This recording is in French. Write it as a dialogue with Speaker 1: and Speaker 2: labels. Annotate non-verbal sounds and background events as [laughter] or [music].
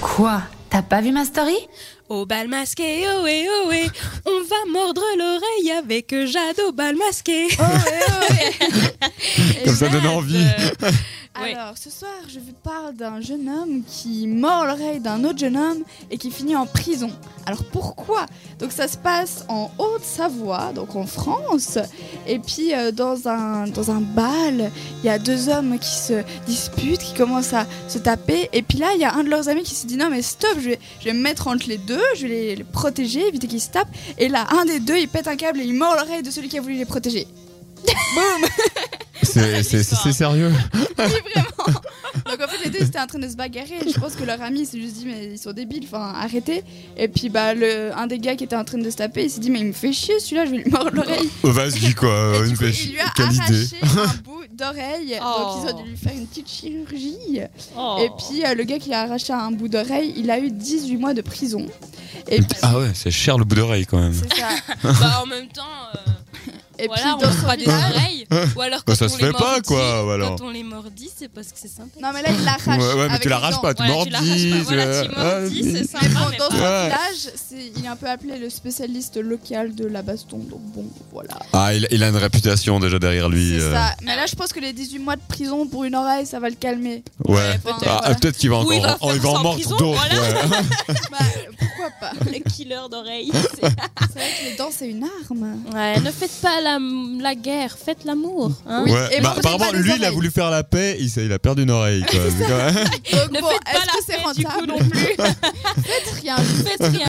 Speaker 1: Quoi T'as pas vu ma story
Speaker 2: Au bal masqué, oh, ohé, ohé, eh. on va mordre l'oreille avec Jade au bal masqué.
Speaker 3: Oh,
Speaker 4: [laughs]
Speaker 3: eh,
Speaker 4: Comme ça donne envie.
Speaker 2: Oui.
Speaker 3: Alors, ce soir, je vous parle d'un jeune homme qui mord l'oreille d'un autre jeune homme et qui finit en prison. Alors pourquoi Donc ça se passe en Haute-Savoie, donc en France. Et puis euh, dans, un, dans un bal, il y a deux hommes qui se disputent, qui commencent à se taper. Et puis là, il y a un de leurs amis qui se dit non mais stop, je vais, je vais me mettre entre les deux, je vais les, les protéger, éviter qu'ils se tapent. Et là, un des deux, il pète un câble et il mord l'oreille de celui qui a voulu les protéger. Boum
Speaker 4: C'est- C'est c'est sérieux.
Speaker 3: [laughs] Oui, vraiment. Donc en fait, les deux ils étaient en train de se bagarrer. Je pense que leur ami s'est juste dit, mais ils sont débiles, enfin arrêtez. Et puis bah, le, un des gars qui était en train de se taper, il s'est dit, mais il me fait chier celui-là, je vais lui mordre l'oreille.
Speaker 4: Vas-y quoi,
Speaker 3: Et
Speaker 4: une
Speaker 3: du coup,
Speaker 4: pêche.
Speaker 3: il lui a
Speaker 4: Quelle idée.
Speaker 3: arraché un
Speaker 4: [laughs]
Speaker 3: bout d'oreille.
Speaker 2: Oh.
Speaker 3: Donc ils ont dû lui faire une petite chirurgie. Et puis euh, le gars qui a arraché un bout d'oreille, il a eu 18 mois de prison. Et puis,
Speaker 4: Ah ouais, c'est cher le bout d'oreille quand même.
Speaker 3: c'est ça.
Speaker 2: bah,
Speaker 3: [laughs]
Speaker 2: en même temps, euh,
Speaker 3: Et
Speaker 2: voilà,
Speaker 3: puis
Speaker 2: on
Speaker 3: dans
Speaker 2: ne
Speaker 3: son
Speaker 2: pas des
Speaker 3: village- [laughs]
Speaker 2: oreilles. Ou alors
Speaker 4: Bah,
Speaker 2: quand
Speaker 4: ça
Speaker 2: on
Speaker 4: se
Speaker 2: les
Speaker 4: fait pas,
Speaker 2: mordit-
Speaker 4: quoi, ou alors.
Speaker 2: Quand on les mordit, c'est parce que c'est sympa.
Speaker 3: Non mais là il l'arrache.
Speaker 4: Ouais, ouais, mais
Speaker 3: avec
Speaker 4: tu
Speaker 3: les
Speaker 4: l'arraches
Speaker 3: dents.
Speaker 4: pas, Ah, tu
Speaker 2: Ouais,
Speaker 4: mordis.
Speaker 2: tu l'arraches pas. Voilà,
Speaker 4: euh,
Speaker 2: tu mordis,
Speaker 4: ah,
Speaker 2: c'est
Speaker 4: oui.
Speaker 2: sympa, mais
Speaker 3: Dans son
Speaker 2: pas-
Speaker 4: Ouais.
Speaker 3: village, c'est- il est un peu appelé le spécialiste local de la baston. Donc bon, voilà.
Speaker 4: Ah, il, il a une réputation déjà derrière lui.
Speaker 3: C'est
Speaker 4: euh,
Speaker 3: ça. Mais là, je pense que les 18 mois de prison pour une oreille, ça va le
Speaker 2: [laughs]
Speaker 3: calmer.
Speaker 4: Ouais.
Speaker 3: Enfin,
Speaker 4: Ah,
Speaker 3: voilà.
Speaker 4: peut-être qu'il va
Speaker 2: Ou
Speaker 4: encore
Speaker 2: il va
Speaker 4: oh,
Speaker 2: faire ça
Speaker 4: en
Speaker 2: en
Speaker 4: mordre
Speaker 2: prison,
Speaker 4: d'autres.
Speaker 2: voilà.
Speaker 4: ouais.
Speaker 3: Bah, pourquoi pas
Speaker 2: Le killer d'oreilles. c'est-
Speaker 3: C'est vrai que les dents, c'est une arme.
Speaker 2: [laughs] Ouais, ne faites pas la, la guerre, faites l'amour. hein.
Speaker 3: Oui,
Speaker 4: Ouais.
Speaker 3: et
Speaker 4: Bah,
Speaker 3: mordez pas
Speaker 4: apparemment,
Speaker 3: les
Speaker 4: lui, il a
Speaker 3: oreilles.
Speaker 4: voulu faire la paix, il, s'est- il a perdu une
Speaker 3: [laughs]
Speaker 4: oreille. Quoi. C'est quand même-
Speaker 3: Donc,
Speaker 2: Ne
Speaker 3: bon,
Speaker 2: faites pas
Speaker 3: est-ce que
Speaker 2: la
Speaker 3: c'est [laughs]
Speaker 2: paix, du coup,
Speaker 3: rentable
Speaker 2: non plus.
Speaker 3: Rien.
Speaker 2: Faites rien.